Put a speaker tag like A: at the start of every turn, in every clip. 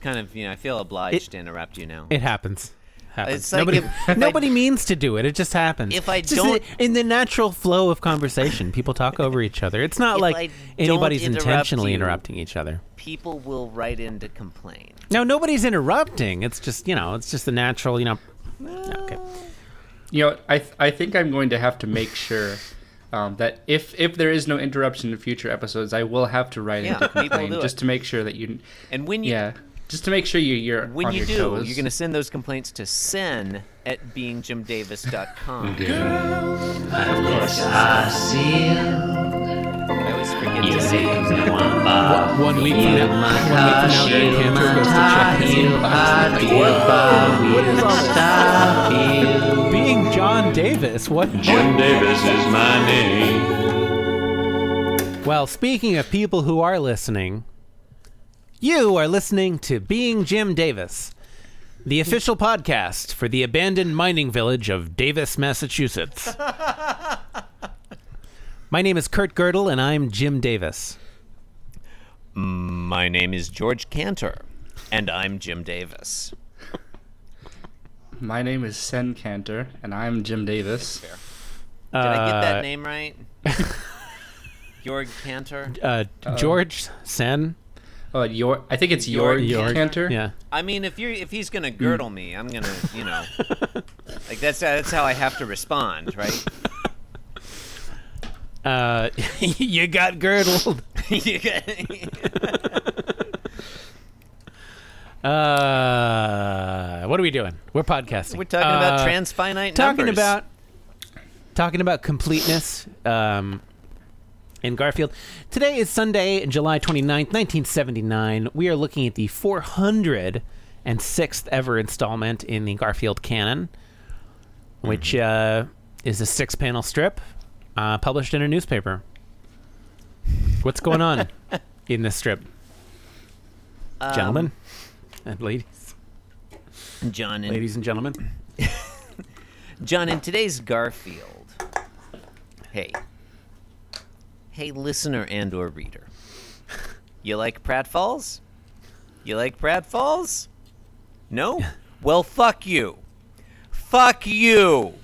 A: kind of, you know, I feel obliged to interrupt you now.
B: It happens. Happens.
A: It's like
B: nobody
A: if- if I-
B: nobody means to do it. It just happens.
A: If I
B: It's just
A: don't-
B: in the natural flow of conversation, people talk over each other. It's not
A: If I
B: like
A: don't
B: anybody's
A: interrupt
B: intentionally
A: you-
B: interrupting each other.
A: People will write in to complain.
B: No, nobody's interrupting. It's just you know, it's just the natural you know. Okay.
C: You know, I th- I think I'm going to have to make sure um, that if if there is no interruption in future episodes, I will have to write
A: Yeah,
C: in to
A: people
C: complain
A: do it.
C: just to make sure that you,
A: And when you
C: yeah, just to make sure you you're
A: when
C: on
A: you
C: your
A: do,
C: toes.
A: you're going to send those complaints to sen at beingjimdavis.com. I always forget to say
B: One week from now, one week from now, Ian Hamster goes to check his inbox. Being John Davis, what?
D: Jim Davis is my name.
B: Well, speaking of people who are listening, you are listening to Being Jim Davis, the official podcast for the abandoned mining village of Davis, Massachusetts. My name is Kurt Girdle, and I'm Jim Davis.
A: My name is George Cantor, and I'm Jim Davis.
C: My name is Sen Cantor, and I'm Jim Davis.
A: Did I get
B: Uh,
A: that name right? George Cantor?
B: Uh, George Sen.
C: Oh, your I think it's your
B: George
C: Cantor.
B: Yeah.
A: I mean, if you if he's gonna girdle me, I'm gonna, you know, like that's that's how I have to respond, right?
B: Uh, you got girdled.
A: You got-
B: Uh, what are we doing? We're podcasting.
A: We're talking about
B: Uh,
A: transfinite
B: talking
A: numbers.
B: about talking about completeness um, in Garfield. Today is Sunday, July 29th, 1979. We are looking at the 406th ever installment in the Garfield canon, which uh, is a six-panel strip uh, published in a newspaper. What's going on in this strip, gentlemen and ladies,
A: Um, John and
B: Um, ladies and gentlemen?
A: John in today's Garfield. Hey, hey, listener and or reader, you like pratfalls? You like pratfalls? No? Well, fuck you. Fuck you.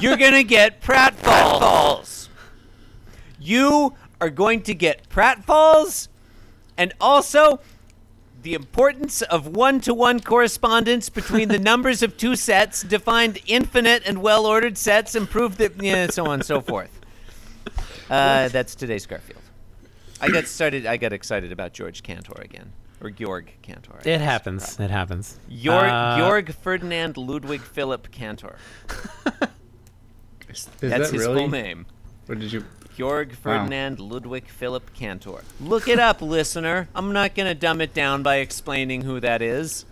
A: You're gonna get pratfalls. You are going to get pratfalls, and also the importance of one to one correspondence between the numbers of two sets defined infinite and well ordered sets and proved that, yeah, so on and so forth. Uh, that's today's Garfield. I got started, I got excited about George Cantor again. Or Georg Cantor. I
B: It
A: guess.
B: happens. It happens.
A: Georg,
B: Uh,
A: Georg Ferdinand Ludwig Philipp Cantor.
C: Is, is
A: That's
C: that
A: his
C: really?
A: full name.
C: Or did you?
A: Georg Ferdinand Ludwig Philipp Cantor. Look it up, listener. I'm not going to dumb it down by explaining who that is.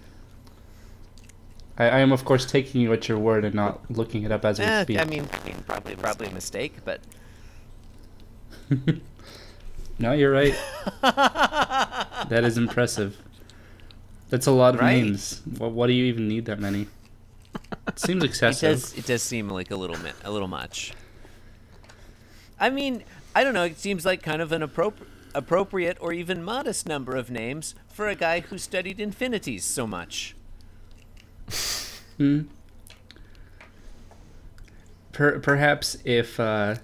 C: I, I am of course taking you at your word and not looking it up as we
A: Eh,
C: speak.
A: I mean, probably probably a mistake, but
C: no, you're right. that is impressive. That's a lot of
A: Right?
C: names. What, what do you even need that many? It seems
A: it
C: excessive.
A: does it does seem like a little mi- a little much. I mean, I don't know. It seems like kind of an appropri- appropriate or even modest number of names for a guy who studied infinities so much.
C: per- perhaps if uh,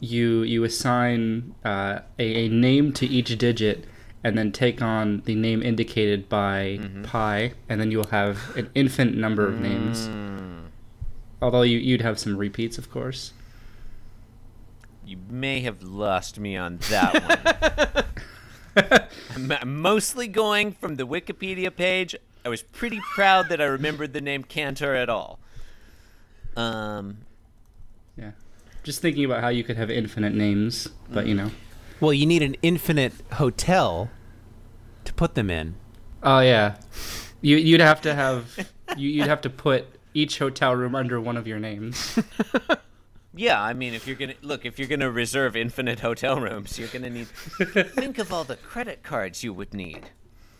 C: you you assign uh, a, a name to each digit and then take on the name indicated by pi and then you'll have an infinite number of names although you, you'd have some repeats of course
A: You may have lost me on that one. I'm mostly going from the Wikipedia page. I was pretty proud that I remembered the name Cantor at all. Um,
C: yeah just thinking about how you could have infinite names but you know
B: Well, you need an infinite hotel to put them in.
C: oh yeah you, you'd have to have you, you'd have to put each hotel room under one of your names
A: Yeah, I mean, if you're gonna look, if you're gonna reserve infinite hotel rooms, you're gonna need. think of all the credit cards you would need,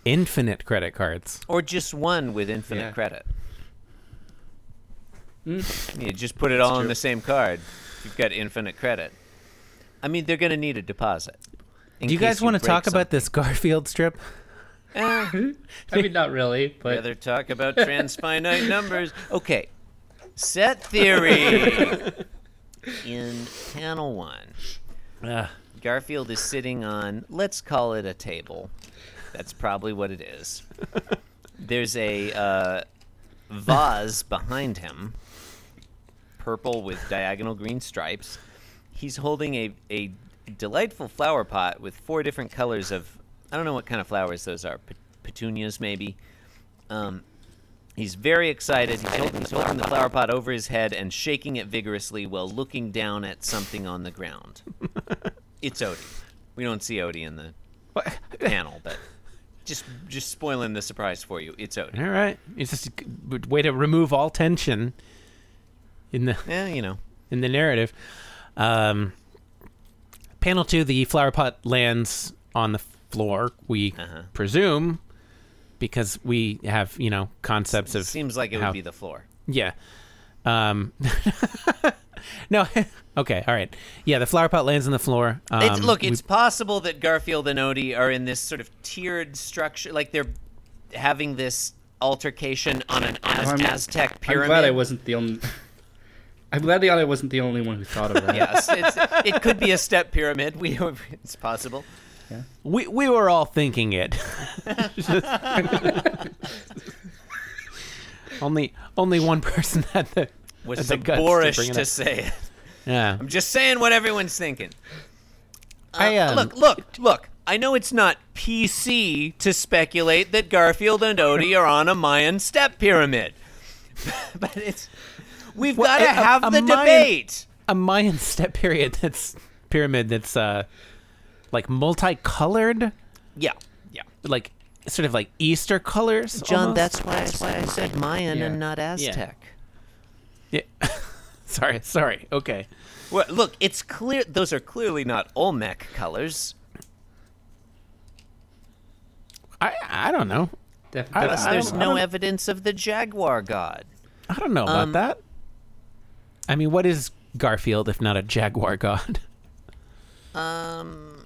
B: Infinite credit cards.
A: or just one with infinite
C: Yeah. Hmm?
A: credit. You just put it all on
C: true.
A: the same card. You've got infinite credit. I mean, they're gonna need a deposit.
B: Do you guys want to talk about this Garfield strip?
C: I mean, not really, but
A: Eh, Rather talk about transfinite numbers. Okay. Set theory. In panel one,
B: Ugh.
A: Garfield is sitting on, let's call it a table. That's probably what it is. There's a uh, vase behind him, purple with diagonal green stripes. He's holding a, a delightful flower pot with four different colors of, I don't know what kind of flowers those are, pet- petunias maybe. Um, he's very excited. He's holding, he's holding the flower pot over his head and shaking it vigorously while looking down at something on the ground. it's Odie. We don't see Odie in the
B: What?
A: panel, but just just spoiling the surprise for you. It's Odie.
B: All right. It's just a g- b- way to remove all tension in the
A: Yeah, you know.
B: in the narrative. Um, panel two, the flower pot lands on the floor. We
A: Uh-huh.
B: presume because we have you know concepts of
A: Seems like it would
B: how-
A: be the floor.
B: yeah. Um, no. okay. All right. Yeah. The flower pot lands on the floor. Um,
A: It's, look,
B: we-
A: it's possible that Garfield and Odie are in this sort of tiered structure, like they're having this altercation on an Az-
C: I'm-
A: Aztec
C: I'm
A: pyramid.
C: glad I wasn't the only. I'm glad that I wasn't the only one who thought of that.
A: Yes, it's, it could be a step pyramid. We, it's possible.
B: we we were all thinking it. only only one person had the
A: Was
B: had
A: so
B: the guts to
A: boorish
B: bring it
A: to,
B: up.
A: say it.
B: yeah.
A: I'm just saying what everyone's thinking.
B: I, um,
A: uh, look, look, look. I know it's not PC to speculate that Garfield and Odie are on a Mayan step pyramid, but it's we've
B: Well,
A: got to
B: a- a-
A: have
B: a
A: the
B: Mayan-
A: debate.
B: a Mayan step period that's pyramid that's uh like multicolored,
A: Yeah, yeah.
B: like sort of like Easter colors. almost.
A: why, that's why I said Mayan
C: Yeah.
A: not
B: yeah. sorry, sorry. Okay.
A: Well, look, it's clear those are clearly not Olmec colors.
B: I I don't know.
C: Def-
B: I-
C: definitely.
B: I
A: There's
B: don't-
A: no
B: don't-
A: evidence of the jaguar god.
B: I don't know about
A: Um,
B: that. I mean, what is Garfield if not a jaguar god?
A: Um,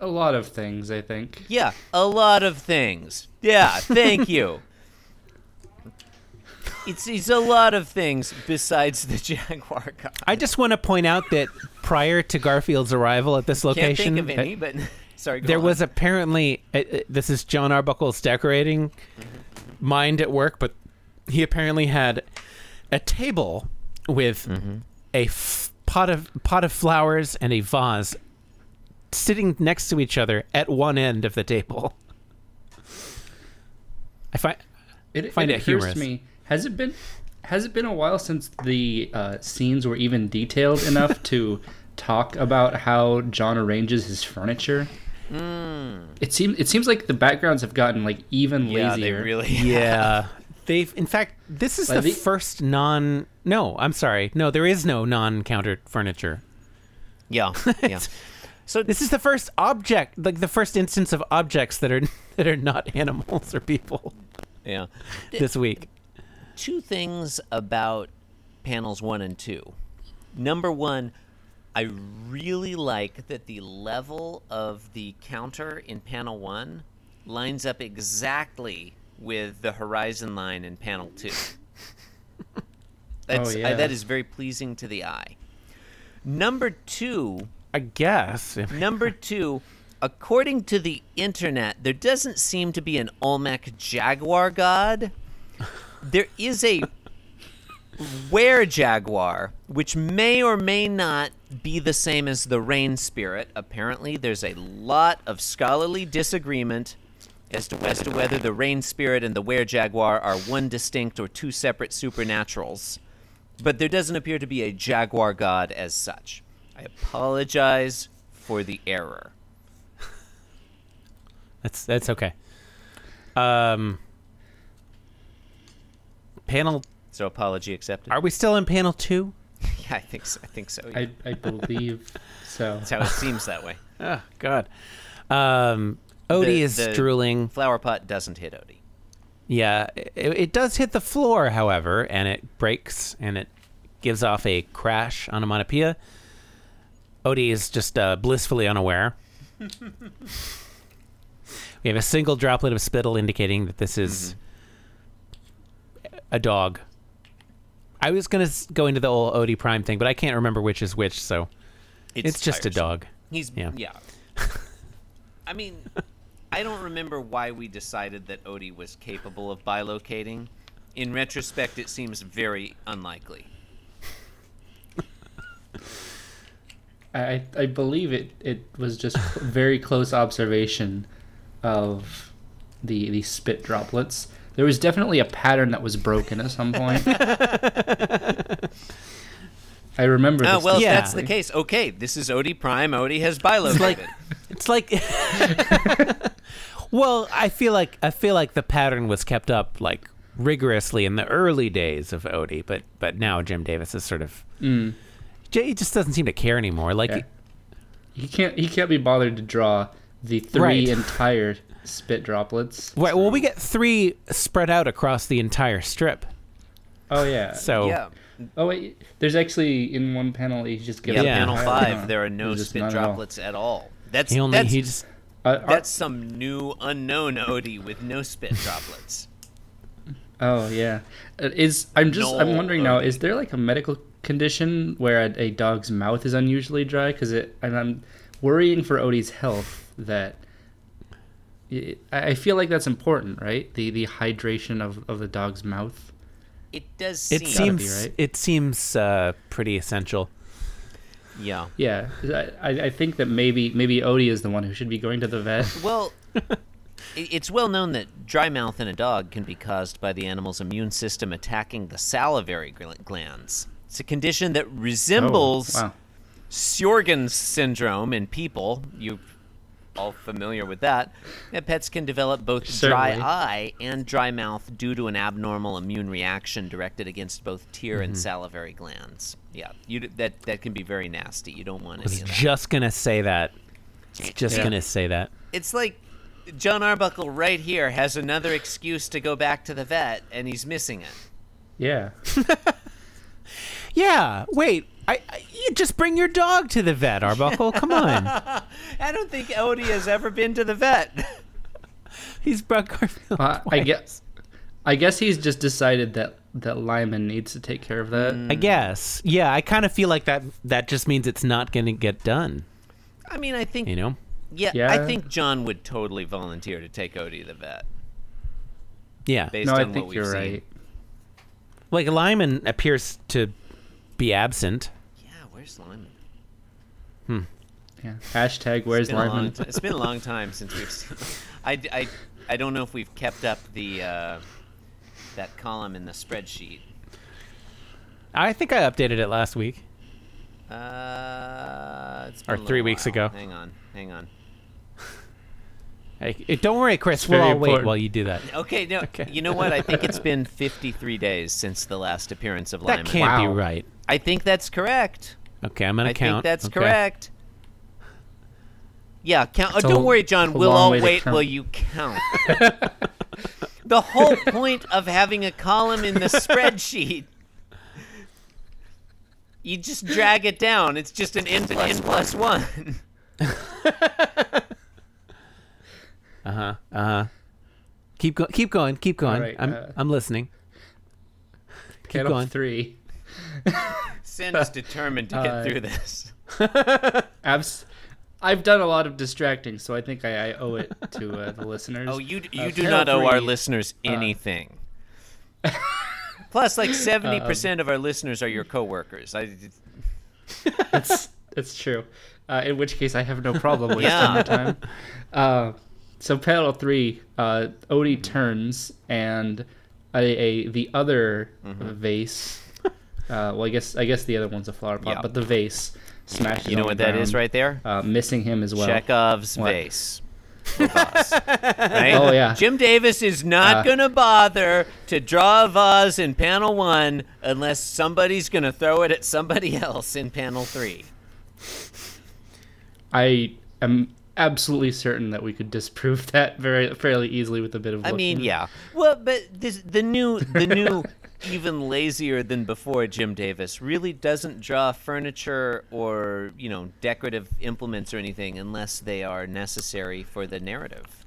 C: a lot of things. I think.
A: yeah, a lot of things. Yeah, thank you. It's, it's a lot of things besides the jaguar god.
B: I just want to point out that prior to Garfield's arrival at this
A: Can't
B: location, uh,
A: think of any, but sorry. Go
B: there
A: on.
B: was apparently uh, uh, this is John Arbuckle's decorating mind at work, but he apparently had a table with
A: Mm-hmm.
B: a f- pot of pot of flowers and a vase sitting next to each other at one end of the table. I find
C: It,
B: Find
C: it
B: it
C: occurs
B: humorous.
C: to me. Has it been? Has it been a while since the uh, scenes were even detailed enough to talk about how John arranges his furniture? It seems. It seems like the backgrounds have gotten like even
A: Hmm. yeah, they
C: lazier.
A: really.
B: yeah. They've in fact this is
C: But
B: the
C: the-
B: first non no, I'm sorry. No, there is no non-countered furniture.
A: yeah, yeah. So
B: This is the first object, like the first instance of objects that are that are not animals or people
A: yeah,
B: this week.
A: two things about panels one and two. Number one, I really like that the level of the counter in panel one lines up exactly with the horizon line in panel two. That's, I-
C: yeah.
A: that is very pleasing to the eye. Number two,
B: I guess.
A: Number two, according to the internet, there doesn't seem to be an Olmec jaguar god. There is a were jaguar, which may or may not be the same as the rain spirit. Apparently, there's a lot of scholarly disagreement as to, as to whether the rain spirit and the were jaguar are one distinct or two separate supernaturals but there doesn't appear to be a jaguar god as such. I apologize for the error.
B: That's that's okay. Um panel
A: So apology accepted.
B: are we still in panel 2?
A: yeah, I think so. I think so. yeah.
C: I, I believe so.
A: That's how it seems that way.
B: Oh god. Um Odie
A: The-
B: is
A: the-
B: drooling.
A: Flower pot doesn't hit Odie.
B: Yeah, it, it does hit the floor, however, and it breaks and it gives off a crash onomatopoeia. Odie is just uh, blissfully unaware. We have a single droplet of spittle indicating that this is a dog. I was going to go into the old Odie Prime thing, but I can't remember which is which, so it's, just a
A: tiresome.
B: dog.
A: He's yeah.
B: Yeah.
A: I mean, I don't remember why we decided that Odie was capable of bilocating. In retrospect, it seems very unlikely.
C: I, I believe it, it was just very close observation of the the spit droplets. There was definitely a pattern that was broken at some point. I remember.
A: Oh
C: this
A: well,
B: Yeah.
A: if that's the case, okay, this is Odie Prime. Odie has bilocated.
B: It's like Well, I feel like I feel like the pattern was kept up like rigorously in the early days of Odie, but but now Jim Davis is sort of J- he just doesn't seem to care anymore. Like
C: Mm. Yeah. He can't. He can't be bothered to draw the three
B: Right.
C: entire spit droplets.
B: Right. Well, we get three spread out across the entire strip.
C: Oh yeah.
B: So
A: yeah,
C: Oh wait. There's actually in one panel he just gives.
A: yeah.
C: a
B: Yeah.
A: Panel
C: high-
A: five,
C: uh,
A: there are no
C: there's just
A: spit
C: none at all.
A: droplets at all. That's
B: he only
A: that's,
B: he just
C: Uh, art-
A: that's some new unknown Odie with no spit droplets.
C: Oh yeah, Uh, is I'm just I'm
A: No, uh,
C: wondering now. Is there like a medical condition where a, a dog's mouth is unusually dry? Because it and I'm worrying for Odie's health that. I I feel like that's important, right? The the hydration of, of the dog's mouth.
A: It does seem.
B: it
C: Gotta
B: seems
C: be, right?
B: it seems uh, pretty essential.
A: yeah.
C: Yeah, I, I I think that maybe maybe Odie is the one who should be going to the vet.
A: Well, i- it's well known that dry mouth in a dog can be caused by the animal's immune system attacking the salivary gl- glands. It's a condition that resembles
C: Oh, wow.
A: Sjorgen's syndrome in people. You're all familiar with that. And pets can develop both dry
C: Certainly.
A: eye and dry mouth due to an abnormal immune reaction directed against both tear and salivary glands. Yeah, you, d- that that can be very nasty. You don't want
B: I was
A: any of that.
B: just gonna say that. Just
C: Yeah.
B: gonna say that.
A: it's like John Arbuckle right here has another excuse to go back to the vet, and he's missing it.
C: Yeah.
B: Yeah. Wait. I, I you just bring your dog to the vet, Arbuckle. Come on.
A: I don't think Odie has ever been to the vet.
B: He's Brett Garfield.
C: Well, I guess I guess he's just decided that that Lyman needs to take care of that.
A: Mm,
B: I guess. Yeah. I kind of feel like that. That just means it's not gonna get done.
A: I mean, I think
B: You know.
A: yeah, I
C: Yeah.
A: think John would totally volunteer to take Odie to the vet.
B: Yeah.
A: Based
C: No, I
A: on what
C: think
A: we've
C: you're
A: seen.
C: right.
B: Like Lyman appears to be absent.
A: Yeah, where's Lyman?
C: Yeah. Hashtag
A: It's
C: where's
A: been, a long
C: Lyman?
A: ti- it's been a long time since we've seen. I, d- I- I don't know if we've kept up the uh, that column in the spreadsheet.
B: I think I updated it last week.
A: Uh, it's been
B: Or
A: a little
B: three weeks
A: while.
B: ago.
A: Hang on, hang on.
B: Hey, eh, don't worry, Chris.
C: very
B: We'll all wait
C: important.
B: while you do that.
A: Okay, no.
B: Okay.
A: You know what? I think it's been 53 days since the last appearance of
B: That
A: Lyman.
B: can't
C: Wow.
B: be right.
A: I think that's correct.
B: Okay, I'm gonna
A: I think
B: count.
A: that's
B: Okay.
A: correct. Yeah, count. Oh,
C: It's a
A: don't
C: l-
A: worry,
C: it's
A: John.
C: a
A: We'll
C: long
A: all
C: way to
A: wait
C: count.
A: while you count. the whole point of having a column in the spreadsheet, you just drag it down. It's just an n plus, n plus one.
B: Keep going. Keep going. Keep going.
C: right,
B: I'm
C: uh,
B: I'm listening.
C: Get
B: going.
C: off three.
A: Sin is determined to get
C: Uh,
A: through this.
C: Abs- I've done a lot of distracting, so I think I, I owe it to uh, the listeners.
A: Oh, you d- you
C: Uh,
A: do
C: feel
A: not owe our
C: free,
A: listeners anything. Plus, like seventy percent of our listeners are your coworkers. I,
C: That's, that's true. Uh, in which case, I have no problem wasting
A: Yeah.
C: your time. Uh, so panel three, uh,
A: Mm-hmm.
C: Odie turns, and a, a the other
A: Mm-hmm.
C: vase. Uh, well, I guess I guess the other one's a flower pot,
A: Yeah.
C: but the vase smashes.
A: you know
C: on
A: what
C: the
A: that is
C: ground.
A: right there?
C: Uh, missing him as well.
A: Chekhov's
C: What?
A: vase. Or vase, right?
C: Oh, yeah.
A: Jim Davis is not
C: Uh,
A: gonna bother to draw a vase in panel one unless somebody's gonna throw it at somebody else in panel three.
C: I am absolutely certain that we could disprove that very fairly easily with a bit of.
A: I mean,
C: looking.
A: yeah. Well, but this the new the new even lazier than before Jim Davis really doesn't draw furniture or, you know, decorative implements or anything unless they are necessary for the narrative.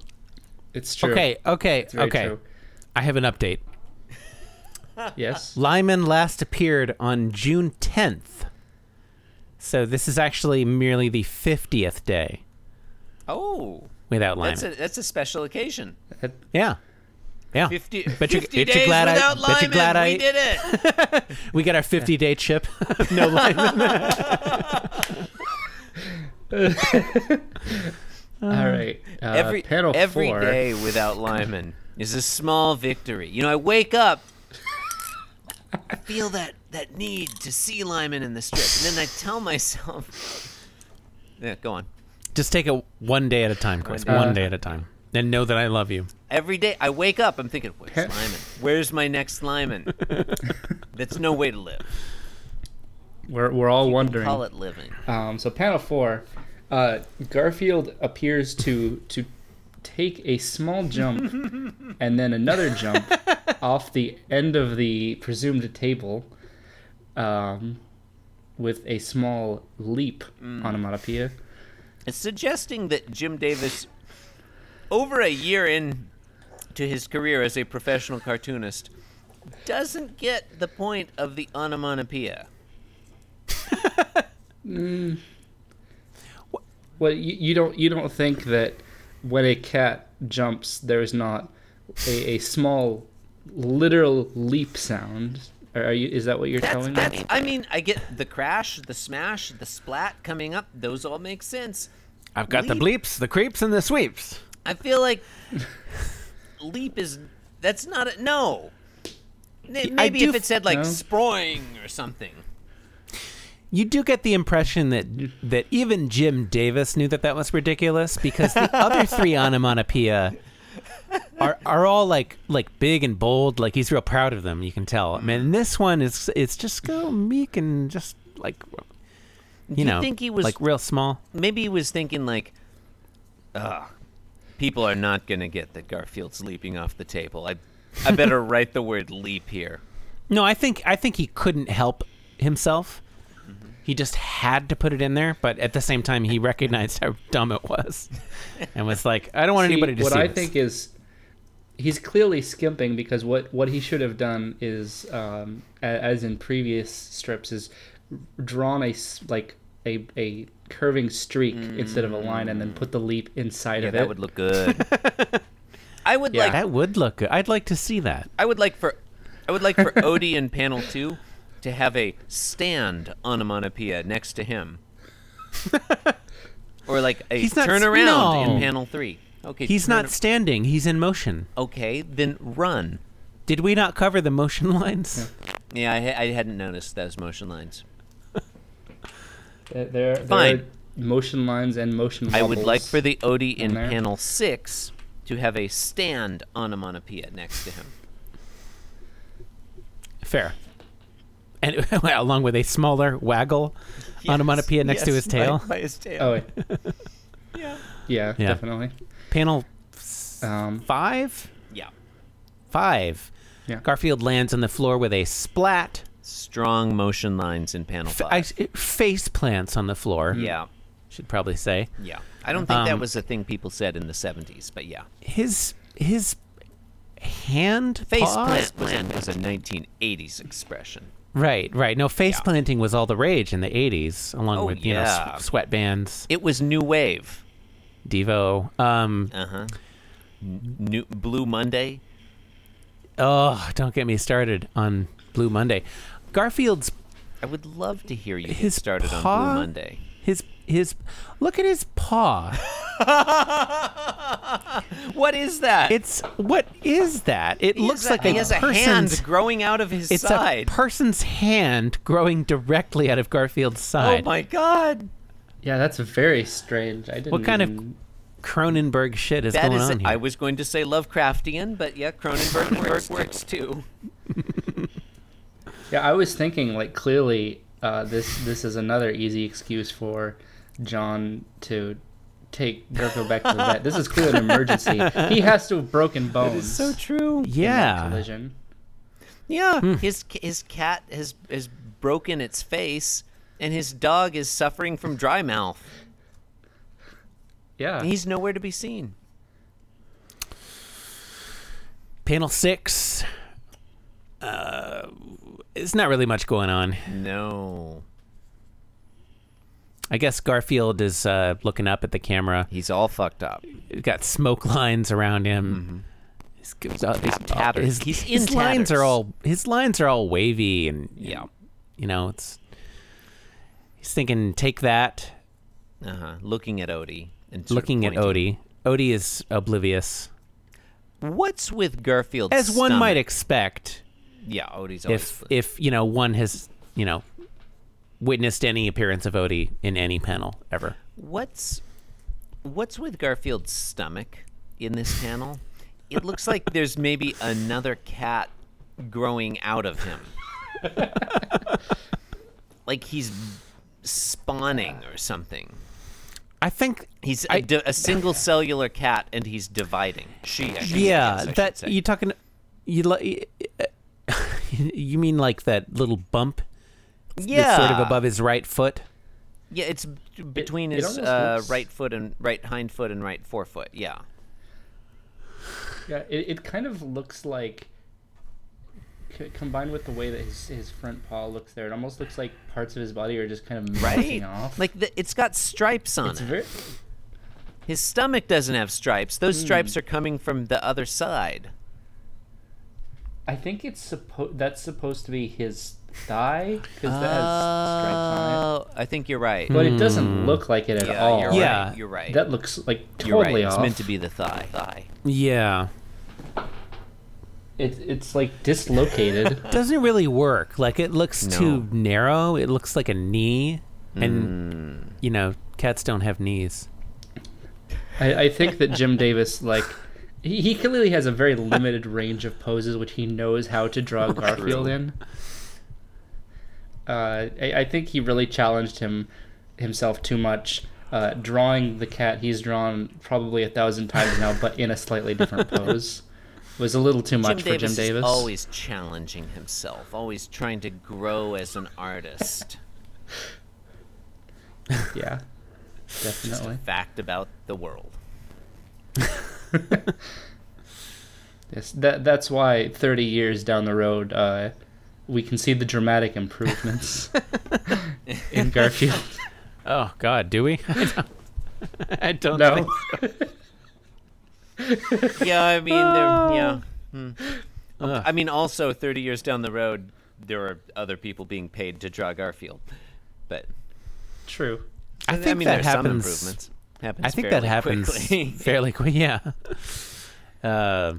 C: It's true.
B: Okay, okay,
C: It's very
B: okay.
C: true.
B: I have an update.
C: Yes.
B: Lyman last appeared on June 10th. So this is actually merely the 50th day
A: Oh,
B: without Lyman.
A: that's a that's a special occasion.
C: That-
B: Yeah. Yeah.
A: 50,
B: Bet
A: 50
B: you- bet you
A: days
B: glad I-
A: without
B: bet you
A: Lyman.
B: glad
A: we
B: I-
A: did it.
B: We got our 50 day chip. no Lyman.
C: all right. Uh,
A: Every
C: panel
A: every
C: four.
A: day without Lyman is a small victory. You know, I wake up, I feel that that need to see Lyman in the strip, and then I tell myself, "Yeah, go on."
B: Just take it one day at a time, Chris.
A: One
B: One
A: day.
B: day, at a time. And know that I love you.
A: Every day I wake up, I'm thinking, "Where's
C: Pe-
A: Lyman? Where's my next Lyman?" That's no way to live.
C: We're we're all wondering.
A: Call it living.
C: Um, so panel four, uh, Garfield appears to to take a small jump and then another jump off the end of the presumed table, um, with a small leap
A: Mm.
C: onomatopoeia.
A: It's suggesting that Jim Davis, over a year in to his career as a professional cartoonist, doesn't get the point of the onomatopoeia.
C: Well, you, you don't you don't think that when a cat jumps, there is not a, a small literal leap sound. Or Are you? Is that what you're
A: That's,
C: telling me?
A: that's, I mean, I get the crash, the smash, the splat coming up. Those all make sense.
B: I've got the
A: Leap.
B: bleeps, the creeps, and the sweeps.
A: I feel like leap is that's not a no. N-
B: I
A: Maybe
B: do
A: if it said like
C: no.
A: sproing or something.
B: You do get the impression that that even Jim Davis knew that that was ridiculous because the other three onomatopoeia are are all like like big and bold, like he's real proud of them. You can tell. I mean, this one is it's just go meek and just like you
A: you
B: know,
A: think he was-
B: like real small.
A: maybe he was thinking like, Ugh, people are not gonna get that Garfield's leaping off the table. I, I better write the word leap here.
B: No, I think I think he couldn't help himself.
C: Mm-hmm.
B: He just had to put it in there, but at the same time, he recognized how dumb it was, and was like, "I don't want
C: See,
B: anybody to
C: what
B: see
C: I
B: this."
C: think is he's clearly skimping because what what he should have done is um, a- as in previous strips is drawn a s- like a a curving streak instead of a line and then put the leap inside
A: Yeah,
C: of it.
A: that would look good. I would
C: Yeah.
A: like.
B: that would look good. I'd like to see that.
A: I would like for, I would like for Odie in panel two, to have a stand onomatopoeia next to him, or like a
B: He's not s-
A: turn around
B: no.
A: in panel three. Okay,
B: He's
A: turn
B: not standing. He's in motion.
A: a- okay, then run.
B: Did we not cover the motion lines?
A: Yeah, I, ha- I hadn't noticed those motion lines.
C: There, there, there
A: Fine.
C: are motion lines and motion.
A: I would like
C: wobbles.
A: for the Odie in
C: there.
A: panel six to have a stand onomatopoeia next to him.
B: Fair. And along with a smaller waggle onomatopoeia next to his tail.
A: By, his tail.
C: oh wait. yeah.
B: Yeah.
C: definitely.
B: Panel
C: Um,
B: five,
A: Yeah.
B: five.
C: Yeah.
B: Garfield lands on the floor with a splat.
A: Strong motion lines in panel
B: F-
A: five.
B: I- face plants on the floor.
A: yeah.
B: should probably say
A: Yeah. I don't think that
B: Um,
A: was a thing people said in the 70s, but yeah.
B: his his hand
A: Face
B: paws?
A: plant plan was a 1980s expression.
B: Right, right. No, face planting was all the rage in the '80s, along
A: Oh,
B: with you know
A: yeah.
B: s- sweatbands,
A: It was new wave.
B: Devo. Um,
A: Uh-huh. N- New Blue Monday.
B: oh, don't get me started on Blue Monday. Garfield's
A: I would love to hear you get
B: His
A: started on
B: paw?
A: Blue Monday.
B: his his look at his paw.
A: What is that?
B: It's what is that? It
A: He
B: looks
A: has
B: like
A: a,
B: a
A: he has a
B: person's.
A: hand growing out of his
B: it's
A: side.
B: a person's hand growing directly out of Garfield's
A: oh
B: side.
A: my god!
C: yeah, that's very strange. I didn't.
B: What kind of
C: even-
B: Cronenberg shit is
A: Mm. That
B: going
A: is,
B: on here?
A: I was going to say Lovecraftian, but yeah, Cronenberg works, works too.
C: Yeah, I was thinking like clearly uh, this this is another easy excuse for John to take Gerko back to the vet. This is clearly an emergency. He has to have broken bones.
A: So true.
C: in that
B: yeah.
C: Collision.
A: Yeah,
B: Hmm.
A: his his cat has has broken its face, and his dog is suffering from dry mouth.
C: Yeah.
A: He's nowhere to be seen.
B: Panel six. Uh, it's not really much going on.
A: No.
B: I guess Garfield is uh, looking up at the camera.
A: He's all fucked up.
B: He's got smoke lines around him. He's, he's, all- Mm-hmm. he's-
A: tattered.
B: his,
A: He's in
B: his lines
A: tatters.
B: are all his lines are all wavy and
A: Yeah.
B: you know it's he's thinking take that
A: Uh huh. Looking at Odie and sort of
B: looking at
A: pointing.
B: Odie. Odie is oblivious
A: What's with Garfield's
B: as one might
A: stomach?
B: expect
A: Yeah, Odie's always.
B: if
A: the-
B: if you know one has you know witnessed any appearance of Odie in any panel ever.
A: What's what's with Garfield's stomach in this panel? It looks like there's maybe another cat growing out of him. like he's spawning or something.
B: I think
A: He's a
B: I-
A: di- a single cellular cat and he's dividing. She, I should-
B: yeah
A: yes, I should
B: that
A: say.
B: you talking you li- you mean like that little bump
A: yeah.
B: that's sort of above his right foot.
A: Yeah, it's b- between
C: it
A: his
C: almost
A: uh,
C: looks-
A: right foot and right hind foot and right forefoot. Yeah.
C: Yeah, it, it kind of looks like c- combined with the way that his, his front paw looks there, it almost looks like parts of his body are just kind of melting
A: Right?
C: off.
A: Like the, it's got stripes on
C: it's
A: it.
C: very
A: His stomach doesn't have stripes. Those
B: Hmm.
A: stripes are coming from the other side.
C: I think it's supposed that's supposed to be his thigh because that has stripes on it.
A: Oh, I think you're right.
C: But it doesn't look like it at
A: Hmm. yeah,
C: all.
A: you're
B: Hmm. Yeah.
A: right. You're right.
C: That looks like
A: you're
C: totally
A: right.
C: off.
A: It's meant to be the thigh. Thigh.
B: Yeah.
C: It, it's like dislocated.
B: doesn't really work. Like it looks
A: No.
B: too narrow. It looks like a knee, and you know, cats don't have knees.
C: I, I think that Jim Davis like he, he clearly has a very limited range of poses which he knows how to draw Garfield in. Uh, I, I think he really challenged him himself too much. Uh, drawing the cat he's drawn probably a thousand times now, but in a slightly different pose, was a little too much
A: Jim
C: for
A: Davis,
C: Jim Davis.
A: is always challenging himself, always trying to grow as an artist.
C: yeah, definitely.
A: Fact about the world.
C: Yes, that that's why thirty years down the road, uh, we can see the dramatic improvements in Garfield.
B: Oh God, do we? I don't, I don't
C: No,
B: think-
A: Yeah, I mean, there. Yeah. Hmm.
B: Ugh.
A: I mean, also, 30 years down the road, there are other people being paid to draw Garfield. But
C: true.
B: I think
A: mean,
B: that
A: there's some
B: happens.
A: improvements. Happens
B: I think that
A: fairly
B: happens
A: quickly.
B: fairly quick. Yeah. Uh,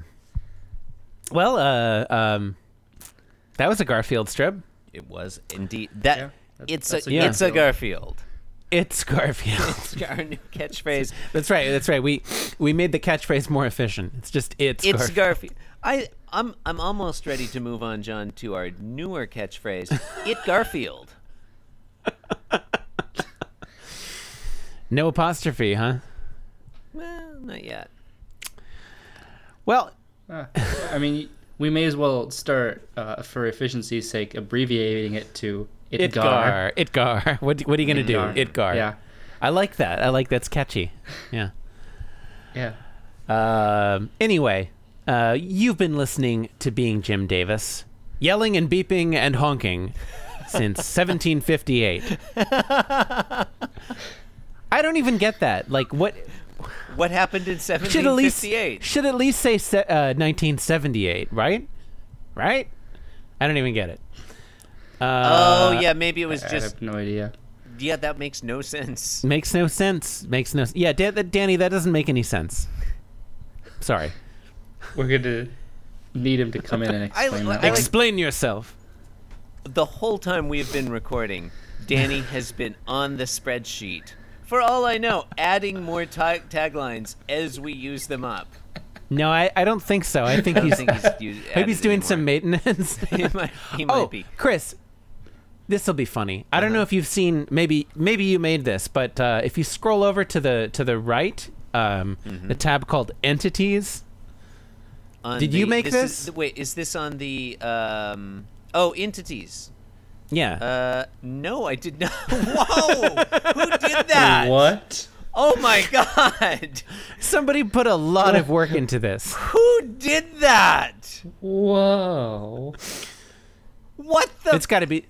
B: well, uh, um, that was a Garfield strip.
A: it was indeed that.
C: Yeah, that-
A: it's
C: that's
A: a,
C: a
A: it's a Garfield.
B: It's Garfield.
A: Our new catchphrase.
B: that's right. That's right. We we made the catchphrase more efficient. It's just it's
A: It's
B: Garfield.
A: Garfield. I I'm I'm almost ready to move on, John, to our newer catchphrase. It Garfield.
B: no apostrophe, huh?
A: Well, not yet.
B: Well,
C: Uh, I mean, we may as well start, uh, for efficiency's sake, abbreviating it to Itgar.
B: Itgar. Itgar. What, what are you going to do?
C: Itgar.
B: Itgar.
C: Yeah,
B: I like that. I like that's catchy. Yeah.
C: yeah.
B: Um, anyway, uh, you've been listening to Being Jim Davis, yelling and beeping and honking since 1758. I don't even get that. Like, what
A: What happened in
B: should at least
A: 1758?
B: should at least say se- uh, 1978, right? Right? I don't even get it.
A: Oh
B: Uh,
A: yeah, maybe it was
C: I
A: just
C: have no idea.
A: yeah. That makes no sense.
B: Makes no sense. Makes no. Yeah, da- that, Danny, that doesn't make any sense. Sorry.
C: We're going to need him to come in and
A: I-
C: explain
A: I
C: that.
A: like-
B: Explain yourself.
A: The whole time we've been recording, Danny has been on the spreadsheet. For all I know, adding more tag taglines as we use them up.
B: No, I, I don't think so. I think
A: I don't
B: he's
A: think he's u-
B: maybe he's
A: added
B: doing
A: anymore.
B: some maintenance.
A: he might, he might
B: oh,
A: be.
B: Chris, this will be funny. I don't know if you've seen. Maybe maybe you made this, but uh, if you scroll over to the to the right, um, the tab called Entities.
A: On
B: Did you make
A: is-
B: this?
A: wait, is this on the um? Oh, entities.
B: Yeah.
A: Uh, no, I did not. Whoa! Who did that?
C: What?
A: Oh my god!
B: Somebody put a lot of work into this.
A: Who did that?
C: Whoa.
A: What the?
B: It's got to be.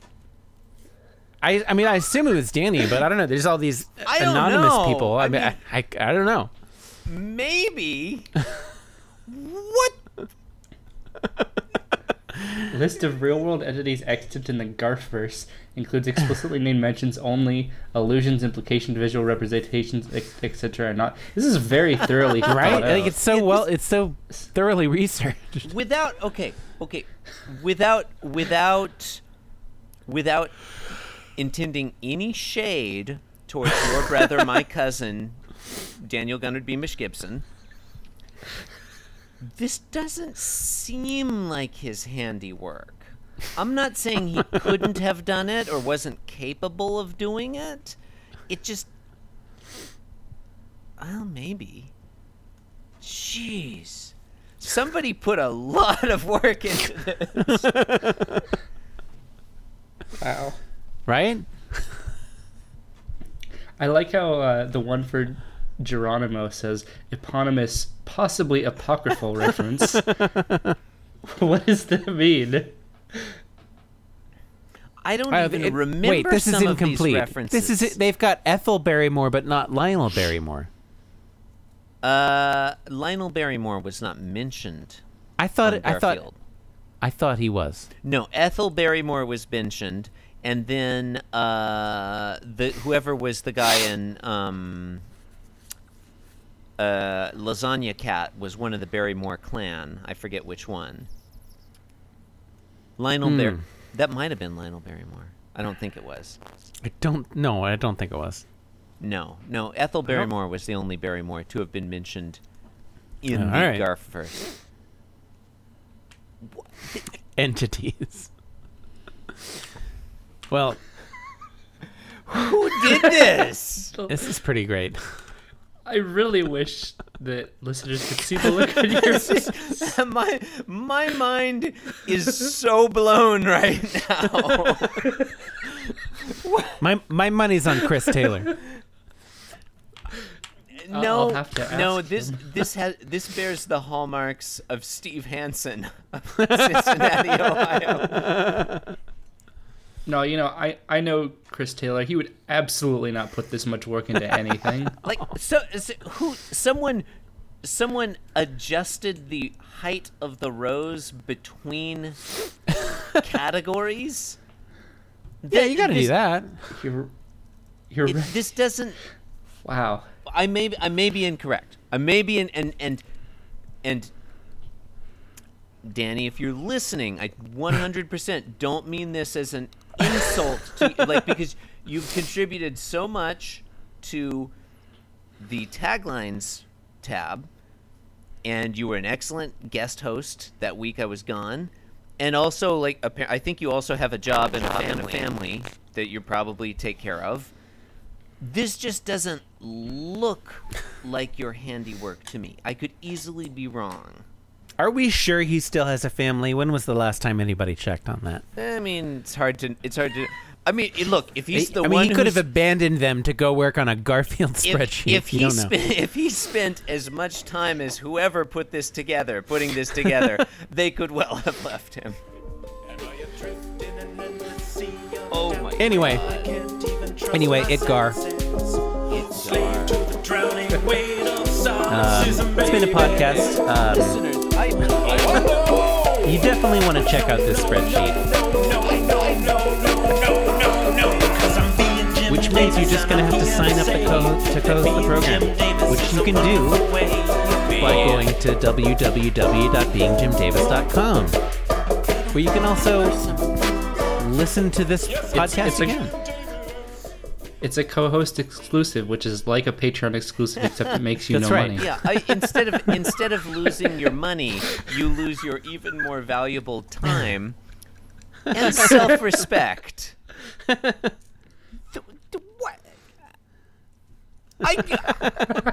B: I, I mean, I assume it was Danny, but I don't know. There's all these
A: I don't
B: anonymous
A: know.
B: people. I,
A: I
B: mean,
A: mean-
B: I, I, I don't know.
A: maybe. what?
C: List of real world entities extant in the Garfverse includes explicitly named mentions only, allusions, implications, visual representations, ex- etc. and not. This is very thoroughly thought
B: Right?
C: out.
B: Like it's so well, it's so thoroughly researched.
A: Without okay, okay, without without without intending any shade towards your brother, my cousin, Daniel Gunnard Beamish Gibson. This doesn't seem like his handiwork. I'm not saying he couldn't have done it or wasn't capable of doing it. It just. Well, maybe. Jeez. Somebody put a lot of work into this.
C: wow.
B: Right?
C: I like how uh, the one for Geronimo says eponymous, possibly apocryphal reference. what does that mean?
A: I don't
B: I-
A: even
B: it-
A: remember
B: wait, this
A: some
B: is
A: of these
B: incomplete.
A: references.
B: This is they've got Ethel Barrymore, but not Lionel Barrymore.
A: Uh, Lionel Barrymore was not mentioned.
B: I thought
A: on
B: I thought
A: Garfield.
B: I thought he was.
A: No, Ethel Barrymore was mentioned, and then uh, the whoever was the guy in um, uh, Lasagna Cat was one of the Barrymore clan. I forget which one. Lionel
B: Hmm.
A: Bar- that might have been Lionel Barrymore. I don't think it was.
B: I don't no, I don't think it was.
A: No, no. Ethel Barrymore was the only Barrymore to have been mentioned in
B: All
A: the
B: right.
A: Garfverse.
B: Entities. well,
A: Who did this?
B: this is pretty great.
C: I really wish that listeners could see the look on your face.
A: my my mind is so blown right now.
B: My my money's on Chris Taylor.
A: no,
C: I'll have to
A: no.
C: ask
A: This this has this bears the hallmarks of Steve Hansen, of Cincinnati, Ohio.
C: No, you know, I, I know Chris Taylor. He would absolutely not put this much work into anything.
A: Like so, so who someone someone adjusted the height of the rows between categories.
B: yeah, you got to do
A: This-
B: that.
C: You're, you're
A: It,
C: right.
A: this doesn't
C: Wow.
A: I may be- I may be incorrect. I may be in and and and Danny, if you're listening, I 100% don't mean this as an insult to like because you've contributed so much to the taglines tab and you were an excellent guest host that week I was gone. And also like appa- I think you also have a job and a and a family that you probably take care of this just doesn't look like your handiwork to me. I could easily be wrong.
B: Are we sure he still has a family? When was the last time anybody checked on that?
A: Eh, I mean, it's hard to. It's hard to. I mean, it- look, if he's the
B: I mean,
A: one
B: he could
A: who's-
B: have abandoned them to go work on a Garfield
A: if-
B: spreadsheet.
A: If,
B: you
A: he
B: don't know.
A: spent, if he spent as much time as whoever put this together, putting this together, they could well have left him. Oh my.
B: anyway,
E: Anyway, Edgar.
B: um, it's been a podcast. Um,
A: Listeners, I
B: you definitely want to check out this spreadsheet.
E: Which means you're just gonna have to sign up to co- to co-host the program, which you can do
B: by
E: by
B: going to www.beingjimdavis.com, where you can also listen to this podcast
C: it's a-
B: again.
C: It's a co-host exclusive, which is like a Patreon exclusive, except it makes you
B: That's
C: no
B: right.
C: money.
A: Yeah, I, instead of instead of losing your money, you lose your even more valuable time and self-respect. Th- th- what? I,